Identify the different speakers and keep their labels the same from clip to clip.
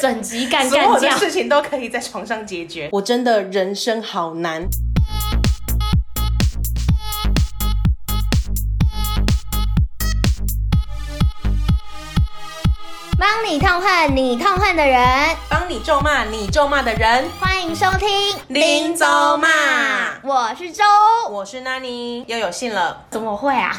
Speaker 1: 整集干
Speaker 2: 所有
Speaker 1: 干
Speaker 2: 的
Speaker 1: 架。
Speaker 2: 事情都可以在床上解决。
Speaker 3: 我真的人生好难。
Speaker 4: 帮你痛恨你痛恨的人，
Speaker 2: 帮你咒骂你咒骂的人，
Speaker 4: 欢迎收听《
Speaker 2: 林州骂
Speaker 4: 我是周，
Speaker 2: 我是 Nani，又有信了。
Speaker 1: 怎么会啊？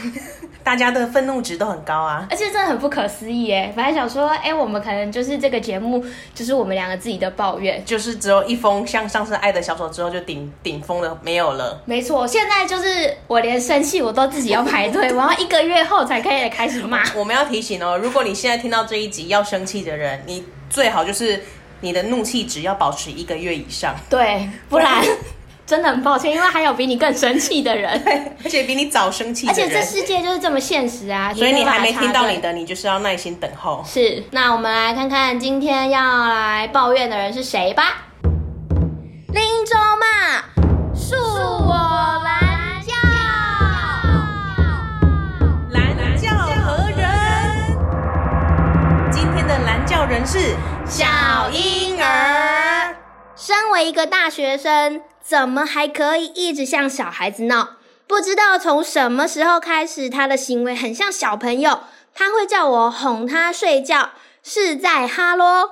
Speaker 2: 大家的愤怒值都很高啊。
Speaker 1: 而且真的很不可思议耶！本来想说，哎、我们可能就是这个节目，就是我们两个自己的抱怨。
Speaker 2: 就是只有一封像上次《爱的小手》之后就顶顶峰了，没有了。
Speaker 1: 没错，现在就是我连生气我都自己要排 队，我要一个月后才可以开始骂。
Speaker 2: 我们要提醒哦，如果你现在听到这一集要生气的人，你最好就是你的怒气值要保持一个月以上，
Speaker 1: 对，不然真的很抱歉，因为还有比你更生气的人，
Speaker 2: 而且比你早生气
Speaker 1: 而
Speaker 2: 的
Speaker 1: 且
Speaker 2: 人。
Speaker 1: 这世界就是这么现实啊！
Speaker 2: 所以你
Speaker 1: 有办
Speaker 2: 还
Speaker 1: 法
Speaker 2: 没听
Speaker 1: 插
Speaker 2: 到
Speaker 1: 队
Speaker 2: 你的，你就是要耐心等候。
Speaker 1: 是，那我们来看看今天要来抱怨的人是谁吧。
Speaker 4: 林州骂，恕我蓝教。
Speaker 2: 蓝教何人？今天的蓝教人是
Speaker 4: 小婴儿。身为一个大学生，怎么还可以一直向小孩子闹？不知道从什么时候开始，他的行为很像小朋友。他会叫我哄他睡觉，是在哈喽；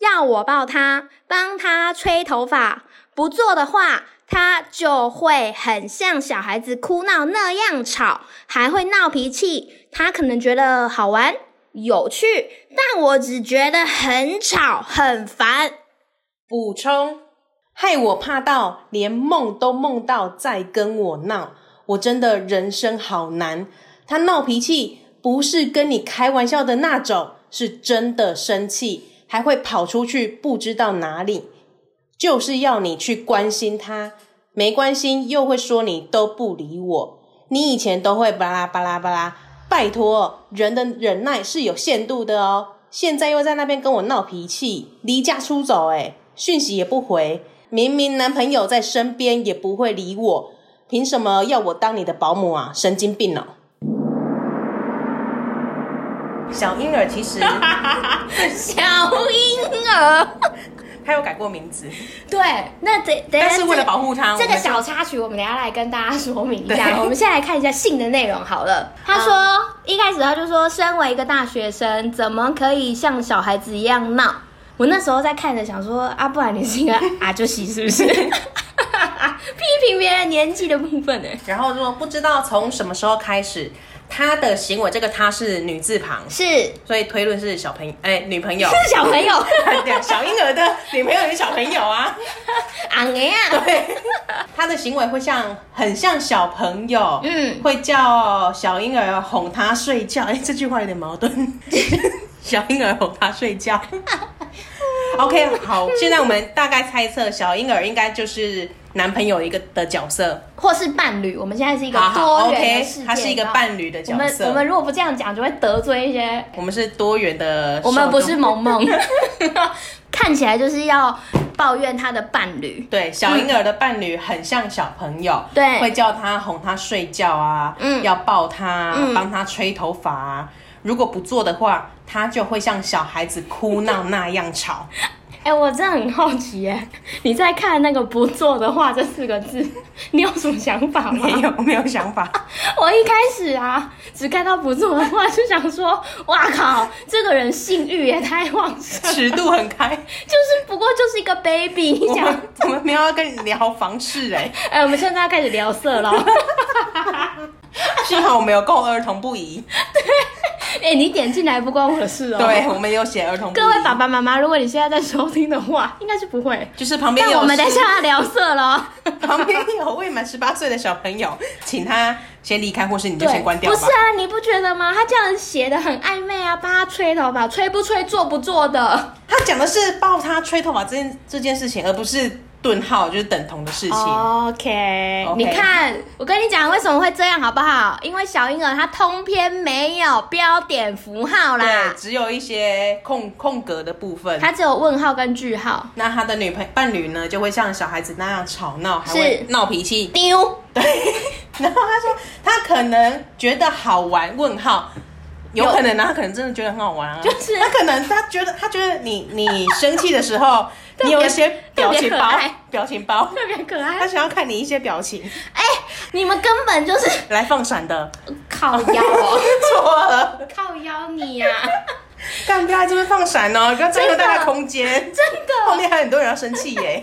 Speaker 4: 要我抱他，帮他吹头发。不做的话，他就会很像小孩子哭闹那样吵，还会闹脾气。他可能觉得好玩、有趣，但我只觉得很吵、很烦。
Speaker 2: 补充，
Speaker 3: 害我怕到连梦都梦到在跟我闹，我真的人生好难。他闹脾气不是跟你开玩笑的那种，是真的生气，还会跑出去不知道哪里，就是要你去关心他。没关心又会说你都不理我，你以前都会巴拉巴拉巴拉。拜托，人的忍耐是有限度的哦。现在又在那边跟我闹脾气，离家出走、欸，讯息也不回，明明男朋友在身边也不会理我，凭什么要我当你的保姆啊？神经病哦、
Speaker 2: 小婴儿 其实
Speaker 1: 小婴儿，
Speaker 2: 他有改过名字，
Speaker 1: 啊对，
Speaker 4: 那得等一下
Speaker 2: 但是为了保护他，
Speaker 1: 这个
Speaker 2: 我们
Speaker 1: 小插曲，我们等一下来跟大家说明一下。
Speaker 2: 对
Speaker 1: 我们先来看一下信的内容好了。他说、一开始他就说，身为一个大学生，怎么可以像小孩子一样闹？我那时候在看着，想说啊，不然你是一个阿就喜是不 是？批评别人年纪的部分呢、
Speaker 2: 然后说不知道从什么时候开始，他的行为这个他是女字旁，
Speaker 4: 是
Speaker 2: 所以推论是小朋哎、女朋友，
Speaker 1: 是小朋友，
Speaker 2: 对小婴儿的女朋友是小朋友啊。
Speaker 4: 昂哎呀，
Speaker 2: 对， 他的行为会像很像小朋友，
Speaker 4: 嗯，
Speaker 2: 会叫小婴儿哄他睡觉。哎、这句话有点矛盾， 小婴儿哄他睡 觉。OK，好，现在我们大概猜测小婴儿应该就是男朋友一个的角色，
Speaker 1: 或是伴侣。我们现在是一个
Speaker 2: 好好
Speaker 1: 多元的
Speaker 2: ，OK，
Speaker 1: 世界，
Speaker 2: 他是一
Speaker 1: 你
Speaker 2: 个
Speaker 1: 知道吗
Speaker 2: 伴侣的角
Speaker 1: 我们
Speaker 2: 色。
Speaker 1: 我们如果不这样讲，就会得罪一些
Speaker 2: 我们是多元的受众，
Speaker 1: 我们不是萌萌， 看起来就是要抱怨他的伴侣。
Speaker 2: 对，小婴儿的伴侣很像小朋友，
Speaker 1: 嗯对
Speaker 2: 会叫他哄他睡觉啊，
Speaker 4: 嗯
Speaker 2: 要抱他啊，
Speaker 4: 嗯
Speaker 2: 帮他吹头发啊。如果不做的话，他就会像小孩子哭闹那样 吵。
Speaker 1: 哎、我真的很好奇哎，你在看那个“不做的话”这四个字，你有什么想法吗
Speaker 2: 没？有，没有想 法。
Speaker 1: 我一开始啊，只看到“不做的话”，就想说，哇靠，这个人性欲也太旺盛，
Speaker 2: 尺度很开，
Speaker 1: 就是不过就是一个 baby。你
Speaker 2: 我
Speaker 1: 想，
Speaker 2: 们我们没有要跟你聊房事 哎、
Speaker 1: 哎、我们现在要开始聊色了。哦
Speaker 2: 幸好我们有够儿童不宜，
Speaker 1: 哎、你点进来不关我的事哦。
Speaker 2: 对，我们有写儿童不宜。
Speaker 1: 各位爸，爸妈妈，如果你现在在收听的话，应该是不会。
Speaker 2: 就是旁边
Speaker 1: 但
Speaker 2: 有
Speaker 1: 我们等一下要聊色了。 哦
Speaker 2: 旁边有未满十八岁的小朋友，请他先离开，或是你就
Speaker 1: 对，
Speaker 2: 先关掉
Speaker 1: 不
Speaker 2: 吧。
Speaker 1: 是啊，你不觉得吗？他这样写的很暧昧啊，帮他吹头发，吹不吹，做不做的。
Speaker 2: 他讲的是抱他吹头发这件这件事情，而不是顿号，就是等同的事情。
Speaker 1: 哦 OK，,
Speaker 2: OK
Speaker 1: 你看，我跟你讲为什么会这样好不好？因为小婴儿他通篇没有标点符号啦
Speaker 2: 对，，只有一些空空格的部分。
Speaker 1: 他只有问号跟句号。
Speaker 2: 那他的女朋伴侣呢，就会像小孩子那样吵闹，还会闹脾气。
Speaker 1: 丢，
Speaker 2: 对，然后他说他可能觉得好玩，问号。有可能啊，他可能真的觉得很好玩啊，
Speaker 1: 就是
Speaker 2: 他可能他觉得他觉得你你生气的时 候，你有一些表
Speaker 1: 特
Speaker 2: 情包
Speaker 1: 别可爱，
Speaker 2: 表情包，
Speaker 1: 特别可
Speaker 2: 他
Speaker 1: 爱。哎
Speaker 2: 想要看你一些表情
Speaker 1: 你们根本就是
Speaker 2: 来放闪的，
Speaker 1: 靠腰哦，
Speaker 2: 错了，
Speaker 1: 靠腰你啊 呀、
Speaker 2: 干不要在这边放闪哦，不要占用大
Speaker 1: 真
Speaker 2: 家
Speaker 1: 的
Speaker 2: 空间，
Speaker 1: 真的。
Speaker 2: 后面还有很多人要生气耶。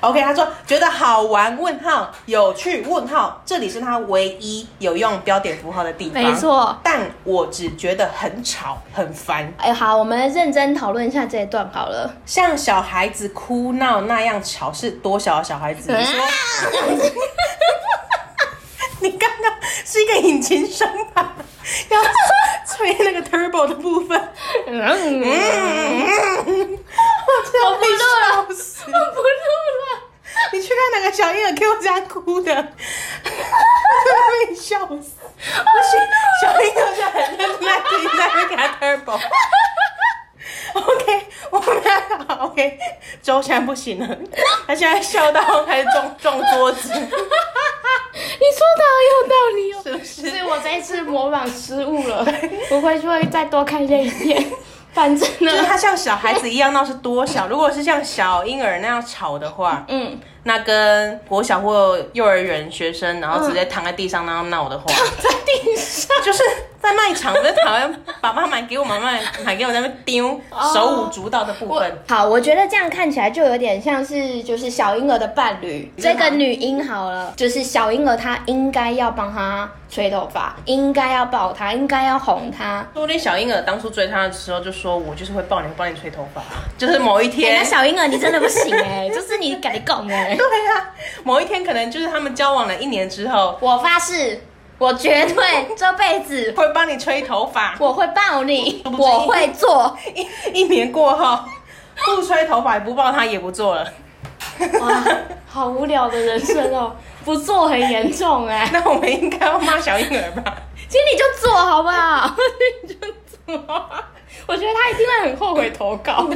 Speaker 2: OK，他说觉得好玩问号有趣问号，这里是他唯一有用标点符号的地方。
Speaker 1: 没错，
Speaker 2: 但我只觉得很吵很烦，
Speaker 1: 哎，好，我们认真讨论一下这一段好了。
Speaker 2: 像小孩子哭闹那样吵是多小的小孩子？你
Speaker 1: 嗯
Speaker 2: 说，你刚刚是一个引擎声吧？要吹那个 turbo 的部分，
Speaker 1: 嗯，
Speaker 2: 我不
Speaker 1: 录
Speaker 2: 笑死！
Speaker 1: 不录了。
Speaker 2: 你去看哪个小婴儿给我家哭的，我真的被笑死！不行，小婴儿就很认真在听，在那边给他 turbo。OK，我们要好 OK，周现在不行了，他现在笑到开始撞撞桌 子，
Speaker 1: 你说的好有道理哦，
Speaker 2: 是不是
Speaker 1: 所以我这一次模仿失误了，我回去会再多看这一遍。反正
Speaker 2: 就是
Speaker 1: 呢，
Speaker 2: 他像小孩子一样闹是多小？如果是像小婴儿那样吵的话，
Speaker 1: 嗯，
Speaker 2: 那跟国小或幼儿园学生，然后直接躺在地上那样闹的话，
Speaker 1: 在地上
Speaker 2: 就是在卖场，在台湾爸爸买给我，妈妈买给我，在那边丢，手舞足蹈的部分。
Speaker 1: 好，我觉得这样看起来就有点像是就是小婴儿的伴侣，
Speaker 2: 嗯
Speaker 1: 这个女婴好了，就是小婴儿她应该要帮她吹头发，应该要抱她，应该要哄她。
Speaker 2: 说不定小婴儿当初追他的时候就说：“我就是会抱你，会帮你吹头发。”就是某一
Speaker 1: 哎、
Speaker 2: 天
Speaker 1: 那，小婴儿你真的不行哎、 就是你改拱哎。
Speaker 2: 对啊，某一天可能就是他们交往了一年之后，
Speaker 1: 我发誓，我绝对这辈子
Speaker 2: 会帮你吹头发。
Speaker 1: 我会抱你，
Speaker 2: 不是
Speaker 1: 我会做。
Speaker 2: 一一年过后，不吹头发也不抱他也不做了。
Speaker 1: 哇，好无聊的人生 哦，不做很严重哎、
Speaker 2: 那我们应该要骂小婴儿吧？
Speaker 1: 其实你就做好不好？你就做。 我觉得他一定会很后悔投稿，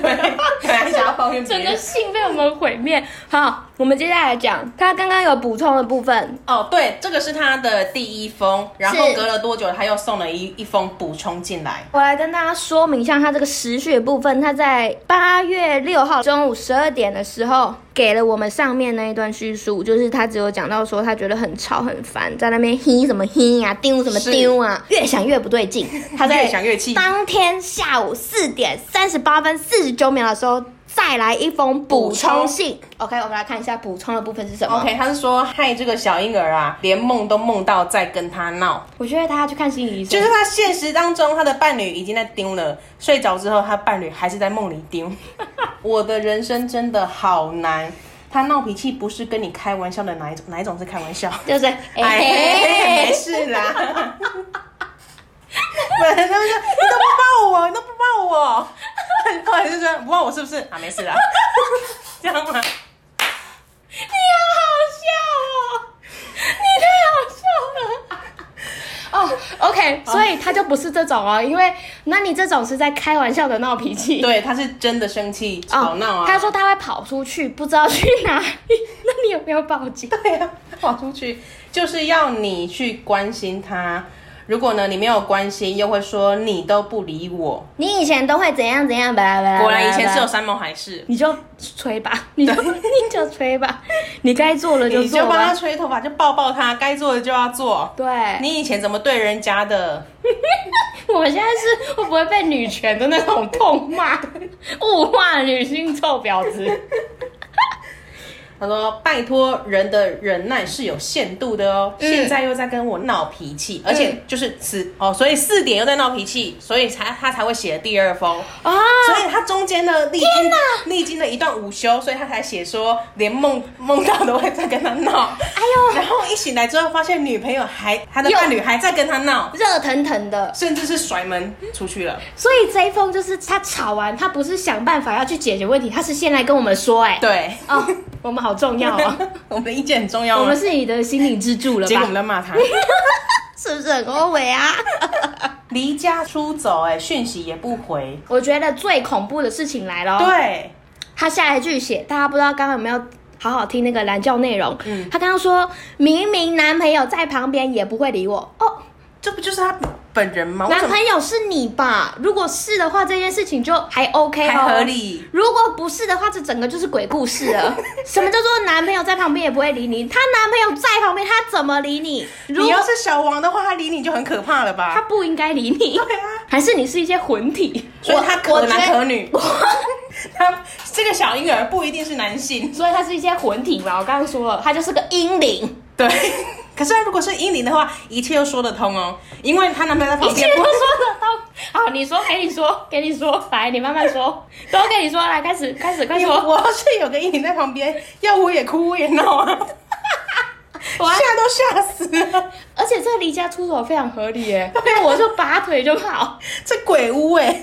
Speaker 2: 本来想要抱怨别
Speaker 1: 整个
Speaker 2: 人。
Speaker 1: 性被我们毁灭。好，我们接下来讲他刚刚有补充的部分，
Speaker 2: 哦，对，这个是他的第一封，然后
Speaker 1: 是
Speaker 2: 隔了多久他又送了一一封补充进来。
Speaker 1: 我来跟大家说明一下他这个时序的部分。他在八月六号中午十二点的时候，给了我们上面那一段叙述，就是他只有讲到说他觉得很吵很烦，在那边嘿什么嘿啊，丢什么丢啊，越想越不对劲。他在
Speaker 2: 越想越气
Speaker 1: 当天下午四点三十八分四十九秒的时候，再来一封补充信。OK，我们来看一下补充的部分是什么。
Speaker 2: OK，他是说害这个小婴儿啊，连梦都梦到在跟他闹，
Speaker 1: 我觉得大家去看心理医生，
Speaker 2: 就是他现实当中他的伴侣已经在丢了，睡着之后他伴侣还是在梦里丢。我的人生真的好难，他闹脾气不是跟你开玩笑的哪一种，哪一种是开玩笑？
Speaker 1: 就是哎、
Speaker 2: 哎，没事 啦。本来他们说你都不抱我，你都不抱我，后来就说不抱我是不是啊？没事啦， 这样吗？
Speaker 1: 你好好笑哦，你太好笑了。哦、o k 所以他就不是这种哦，因为那你这种是在开玩笑的闹脾气。哦
Speaker 2: 对，他是真的生气吵闹 啊。
Speaker 1: 他说他会跑出去，不知道去哪里。那你有没有报警？
Speaker 2: 对哎呀、跑出去就是要你去关心他。如果呢，你没有关心，又会说你都不理我。
Speaker 1: 你以前都会怎样怎样，巴拉巴拉。
Speaker 2: 果然以前是有山盟海誓，
Speaker 1: 你就吹吧，你就你就吹吧，你该做了就
Speaker 2: 你就
Speaker 1: 做
Speaker 2: 帮他
Speaker 1: 吧。
Speaker 2: 吹头发，就抱抱他，该做的就要做。
Speaker 1: 对，
Speaker 2: 你以前怎么对人家的？
Speaker 1: 我现在是会不会被女权的那种痛骂、物化女性臭婊子？
Speaker 2: 他说：“拜托，人的忍耐是有限度的哦。
Speaker 1: 嗯
Speaker 2: 现在又在跟我闹脾气，而且就是此哦，所以四点又在闹脾气，所以才他才会写第二封。
Speaker 1: 啊，
Speaker 2: 所以他中间呢历经历经了一段午休，所以他才写说连梦梦到都会在跟他闹。
Speaker 1: 啊
Speaker 2: 哎呦，然后一醒来之后发现女朋友还他的
Speaker 1: 又
Speaker 2: 伴侣还在跟他闹，
Speaker 1: 热腾腾的。
Speaker 2: 甚至是甩门出去了。
Speaker 1: 所以这一封就是他吵完，他不是想办法要去解决问题，他是先来跟我们说、哎，
Speaker 2: 对，
Speaker 1: 哦，我们好重要 哦，
Speaker 2: 我们的意见很重要
Speaker 1: 我
Speaker 2: 吗
Speaker 1: 们？是你的心灵支柱了
Speaker 2: 结果
Speaker 1: 吧
Speaker 2: 我们？在骂他，
Speaker 1: 是不是很欧伟啊？
Speaker 2: 离家出走、哎，讯息也不回。
Speaker 1: 我觉得最恐怖的事情来了哦，
Speaker 2: 对，
Speaker 1: 他下一句写，大家不知道刚刚有没有好好听那个蓝教内容？
Speaker 2: 嗯
Speaker 1: 他刚刚说，明明男朋友在旁边也不会理我，哦，
Speaker 2: 这不就是他本人啊吗？我
Speaker 1: 男
Speaker 2: 怎么
Speaker 1: 朋友是你吧？如果是的话，这件事情就还 OK 哦，
Speaker 2: 还合理？
Speaker 1: 如果不是的话，这整个就是鬼故事 了。什么叫做男朋友在旁边也不会理你？她男朋友在旁边，他怎么理你？如果
Speaker 2: 你要是小王的话，他理你就很可怕了
Speaker 1: 他
Speaker 2: 吧？
Speaker 1: 不应该理 你，
Speaker 2: 对啊，
Speaker 1: 还是你是一些魂体？
Speaker 2: 所以他
Speaker 1: 我
Speaker 2: 可
Speaker 1: 我觉
Speaker 2: 男
Speaker 1: 得
Speaker 2: 可女。 他这个小婴儿不一定是男性，
Speaker 1: 所以他是一些魂体嘛。我刚刚说了，他就是个阴灵，
Speaker 2: 对。 可是他如果是英灵的话，一切又说得通哦，因为她男朋友在
Speaker 1: 一
Speaker 2: 旁
Speaker 1: 切
Speaker 2: 边
Speaker 1: 都说得到。好，你说，给你说，给你说，来，你慢慢说，都给你说，来，开始，开始，快
Speaker 2: 你
Speaker 1: 说。
Speaker 2: 我要是有个英灵在旁边，要我也哭我也闹啊，
Speaker 1: 我还
Speaker 2: 吓都吓死了。
Speaker 1: 而且这个离家出走非常合理耶， 对，我就拔腿就跑，
Speaker 2: 这鬼屋哎、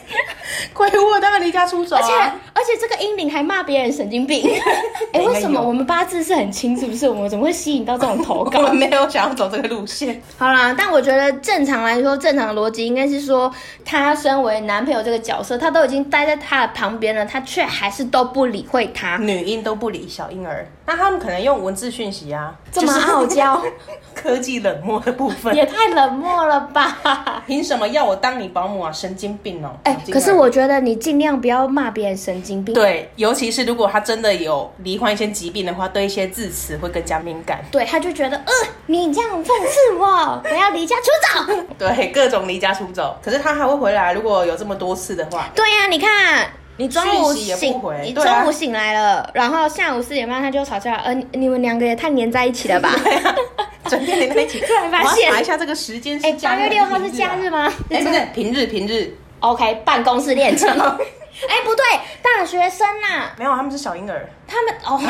Speaker 2: 鬼屋我当然离家出走、啊，
Speaker 1: 而且而且这个英灵还骂别人神经 病。哎、
Speaker 2: 应该
Speaker 1: 为什么
Speaker 2: 有
Speaker 1: 我们八字是很轻，是不是？我们怎么会吸引到这种投
Speaker 2: 我
Speaker 1: 稿？
Speaker 2: 们没有想要走这个路线。
Speaker 1: 好啦，但我觉得正常来说，正常的逻辑应该是说，他身为男朋友这个角色，他都已经待在他的旁边了，他却还是都不理会他，
Speaker 2: 女婴都不理小婴儿，那他们可能用文字讯息啊，
Speaker 1: 这么
Speaker 2: 就是
Speaker 1: 傲娇，
Speaker 2: 科技冷漠的部 分。
Speaker 1: 也太冷漠了吧？
Speaker 2: 凭什么要我当你保姆啊？神经病哦！
Speaker 1: 哎、
Speaker 2: 神经
Speaker 1: 可是
Speaker 2: 儿
Speaker 1: 我觉得你尽量不要骂别人神经病。
Speaker 2: 对，尤其是如果他真的有罹患一些疾病的话，对一些字词会更加敏感。
Speaker 1: 对，他就觉得，呃，你这样讽刺我，我要离家出走。
Speaker 2: 对，各种离家出走。可是他还会回来，如果有这么多次的话，
Speaker 1: 对呀、你看，你中午
Speaker 2: 讯息也不
Speaker 1: 醒，
Speaker 2: 回
Speaker 1: 你
Speaker 2: 对啊
Speaker 1: 中午醒来了，然后下午四点半他就吵架，呃，你你们两个也太黏在一起 了吧？
Speaker 2: 哎整天连在一起。
Speaker 1: 突然发
Speaker 2: 我要
Speaker 1: 现
Speaker 2: 查一下这个时间
Speaker 1: 哎
Speaker 2: 是，假
Speaker 1: 八
Speaker 2: 日还
Speaker 1: 月
Speaker 2: 是
Speaker 1: 六号是
Speaker 2: 平啊
Speaker 1: 假日？吗？
Speaker 2: 哎，不对，平日平日
Speaker 1: OK，办公室 恋情。哎、不对，大学生呐、
Speaker 2: 没有，他们是小婴儿，
Speaker 1: 他们哦，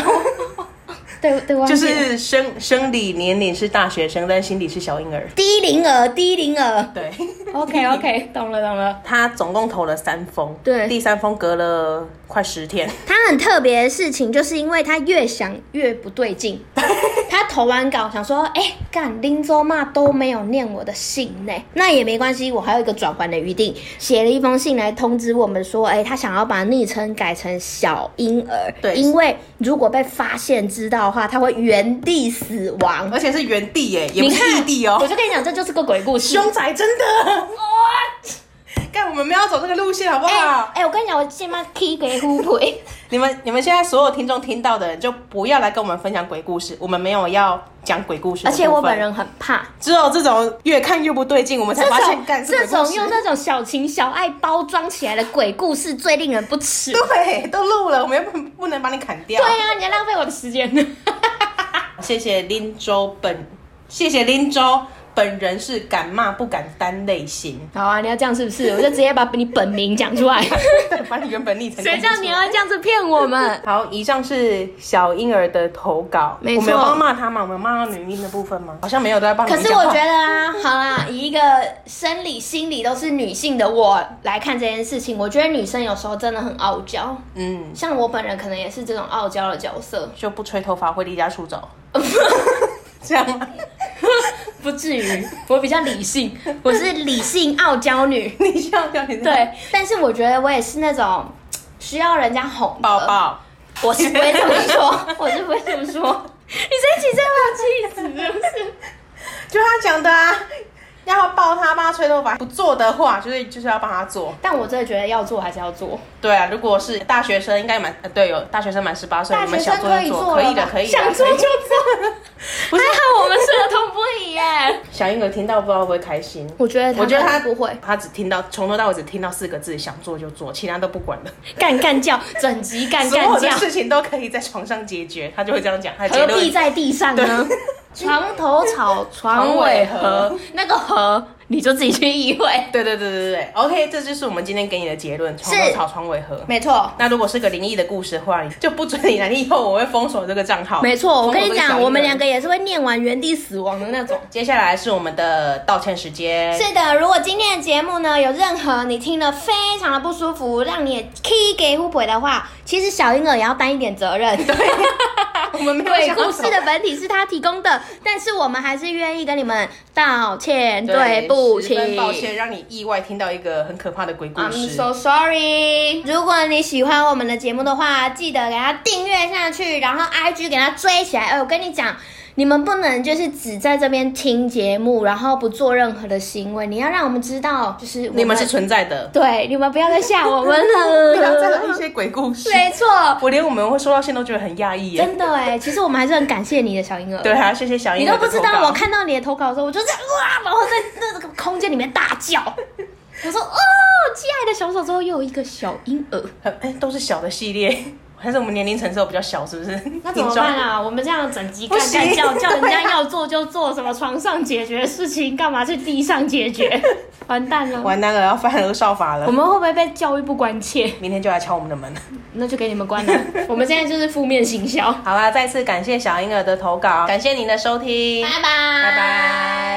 Speaker 1: 对对，忘记
Speaker 2: 就
Speaker 1: 了
Speaker 2: 是生生理年龄是大学生，但心理是小婴儿。
Speaker 1: 低龄儿，低龄儿。
Speaker 2: 对
Speaker 1: OK OK，懂了懂了。
Speaker 2: 他总共投了三封，
Speaker 1: 对
Speaker 2: 第三封隔了快十天，
Speaker 1: 他很特别的事情，就是因为他越想越不对 劲。他投完稿想说，哎、干林州骂都没有念我的信呢，那也没关系，我还有一个转圜的余地，写了一封信来通知我们说，哎、他想要把昵称改成小婴儿，
Speaker 2: 对
Speaker 1: 因为如果被发现知道的话，他会原地死亡。
Speaker 2: 而且是原地耶，也不
Speaker 1: 你
Speaker 2: 是
Speaker 1: 看
Speaker 2: 异地哦
Speaker 1: 我。就跟你讲，这就是个鬼故事。
Speaker 2: 凶宅真 的，干我们没有走这个路线好不
Speaker 1: 哎
Speaker 2: 好？
Speaker 1: 哎、我跟你讲，我现在 K 给互 陪，
Speaker 2: 你们你们现在所有听众听到的人，就不要来跟我们分享鬼故事，我们没有要讲鬼故事的
Speaker 1: 而
Speaker 2: 部分。
Speaker 1: 且我本人很怕
Speaker 2: 只有这种越看越不对劲，我们才
Speaker 1: 这
Speaker 2: 发
Speaker 1: 种
Speaker 2: 现干是
Speaker 1: 这
Speaker 2: 鬼故
Speaker 1: 种
Speaker 2: 事
Speaker 1: 用。那种小情小爱包装起来的鬼故事最令人不齿。
Speaker 2: 对，都录了，我们又不不能把你砍掉。
Speaker 1: 对呀、你在浪费我的时间。
Speaker 2: 谢谢林州本，谢谢林州本人是敢骂不敢担类型，
Speaker 1: 好啊，你要这样是不是？我就直接把你本名讲出来。
Speaker 2: 对， 把你原本昵 称
Speaker 1: 谁叫你
Speaker 2: 弄
Speaker 1: 要这样子骗我们？
Speaker 2: 不出来？好，以上是小婴儿的投稿，
Speaker 1: 没错
Speaker 2: 我们有帮骂他吗？我们有骂到女婴的部分吗？好像没有都在帮你
Speaker 1: 可
Speaker 2: 们
Speaker 1: 是
Speaker 2: 讲话。
Speaker 1: 我觉得啊，好啦，以一个生理、心理都是女性的我来看这件事情，我觉得女生有时候真的很傲娇，
Speaker 2: 嗯，
Speaker 1: 像我本人可能也是这种傲娇的角色，
Speaker 2: 就不吹头发会离家出走， 这样吗？
Speaker 1: 不至于，我比较理性，我是理性傲娇女。
Speaker 2: 你笑笑，你 这样
Speaker 1: 对，但是我觉得我也是那种需要人家哄的
Speaker 2: 抱抱，
Speaker 1: 我是不会这么 说，我是不会这么说。你这期真的要气死，是不是？
Speaker 2: 就他讲的啊，要抱他帮他吹头发，不做的话就是就是要帮他做。
Speaker 1: 但我真的觉得要做还是要做，
Speaker 2: 对啊，如果是大学生，应该满呃对有大学生满十八岁，
Speaker 1: 大
Speaker 2: 你
Speaker 1: 学
Speaker 2: 们想
Speaker 1: 生
Speaker 2: 做
Speaker 1: 可以
Speaker 2: 就
Speaker 1: 做
Speaker 2: 可
Speaker 1: 了
Speaker 2: 以的，
Speaker 1: 吧
Speaker 2: 可以的，
Speaker 1: 想做
Speaker 2: 可以
Speaker 1: 就做。
Speaker 2: 不是
Speaker 1: 还好我们社同不一耶。
Speaker 2: 小婴儿听到不知道会不会开心。
Speaker 1: 我觉得他
Speaker 2: 我觉得他
Speaker 1: 不会
Speaker 2: 他只听到从头到尾只听到四个字，想做就做，其他都不管 了。
Speaker 1: 干干叫，整集干
Speaker 2: 所有
Speaker 1: 干
Speaker 2: 的
Speaker 1: 叫，
Speaker 2: 事情都可以在床上解决，他就会这样讲。他的结
Speaker 1: 何
Speaker 2: 论
Speaker 1: 必在地上呢？床头草，床尾和，那个和你就自己去意会。
Speaker 2: 对对对对对，OK，这就是我们今天给你的结论：床头
Speaker 1: 是
Speaker 2: 吵，床尾和。
Speaker 1: 没错，
Speaker 2: 那如果是个灵异的故事的话，就不准你来，以后我会封锁这个账号。
Speaker 1: 没错。我跟
Speaker 2: 封
Speaker 1: 你
Speaker 2: 锁这小
Speaker 1: 讲，
Speaker 2: 婴儿
Speaker 1: 我们两个。也是会念完原地死亡的那种。
Speaker 2: 接下来是我们的道歉时间。
Speaker 1: 是的，如果今天的节目呢有任何你听了非常的不舒服，让你也 K 给互补的话，其实小婴儿也要担一点责 任。
Speaker 2: 我们没有
Speaker 1: 对，
Speaker 2: 想要
Speaker 1: 故事的本体是他提供的，但是我们还是愿意跟你们道歉，
Speaker 2: 对
Speaker 1: 对不啊
Speaker 2: 十分
Speaker 1: 起。
Speaker 2: 抱歉，让你意外听到一个很可怕的鬼故
Speaker 1: I'm
Speaker 2: 事。
Speaker 1: so sorry。如果你喜欢我们的节目的话，记得给它订阅下去，然后 IG 给它追起来。哎，我跟你讲，你们不能就是只在这边听节目，然后不做任何的行为，你要让我们知道，就是我
Speaker 2: 你们是存在的，
Speaker 1: 对，你们不要再吓我们
Speaker 2: 不要再
Speaker 1: 了
Speaker 2: 来一。些鬼故事。
Speaker 1: 没错，
Speaker 2: 我连我们会说到现在都觉得很讶异耶。
Speaker 1: 啊真的哎，其实我们还是很感谢你的小婴儿。
Speaker 2: 对啊，谢谢小英
Speaker 1: 你
Speaker 2: 的
Speaker 1: 都
Speaker 2: 投稿。
Speaker 1: 不知道，我看到你的投稿的时候，我就这样哇，然后在那个空间里面大叫。我说哦，亲爱的小手之后又有一个小婴儿，
Speaker 2: 很哎、都是小的系列，但是我们年龄层次都比较小，是不是？
Speaker 1: 那怎么
Speaker 2: 听众
Speaker 1: 办？啊？我们这样整集干
Speaker 2: 不行
Speaker 1: 干 叫，叫人
Speaker 2: 对
Speaker 1: 家
Speaker 2: 啊
Speaker 1: 要做就做，什么床上解决事情，干嘛去地上解 决？完蛋了，
Speaker 2: 完蛋了，要犯儿少法了
Speaker 1: 我。们会不会被教育不关切？
Speaker 2: 明天就来敲我们的门。
Speaker 1: 那就给你们关 了。我们现在就是负面行销。
Speaker 2: 好啦，再次感谢小婴儿的投稿，感谢您的收听，
Speaker 1: 拜
Speaker 2: 拜拜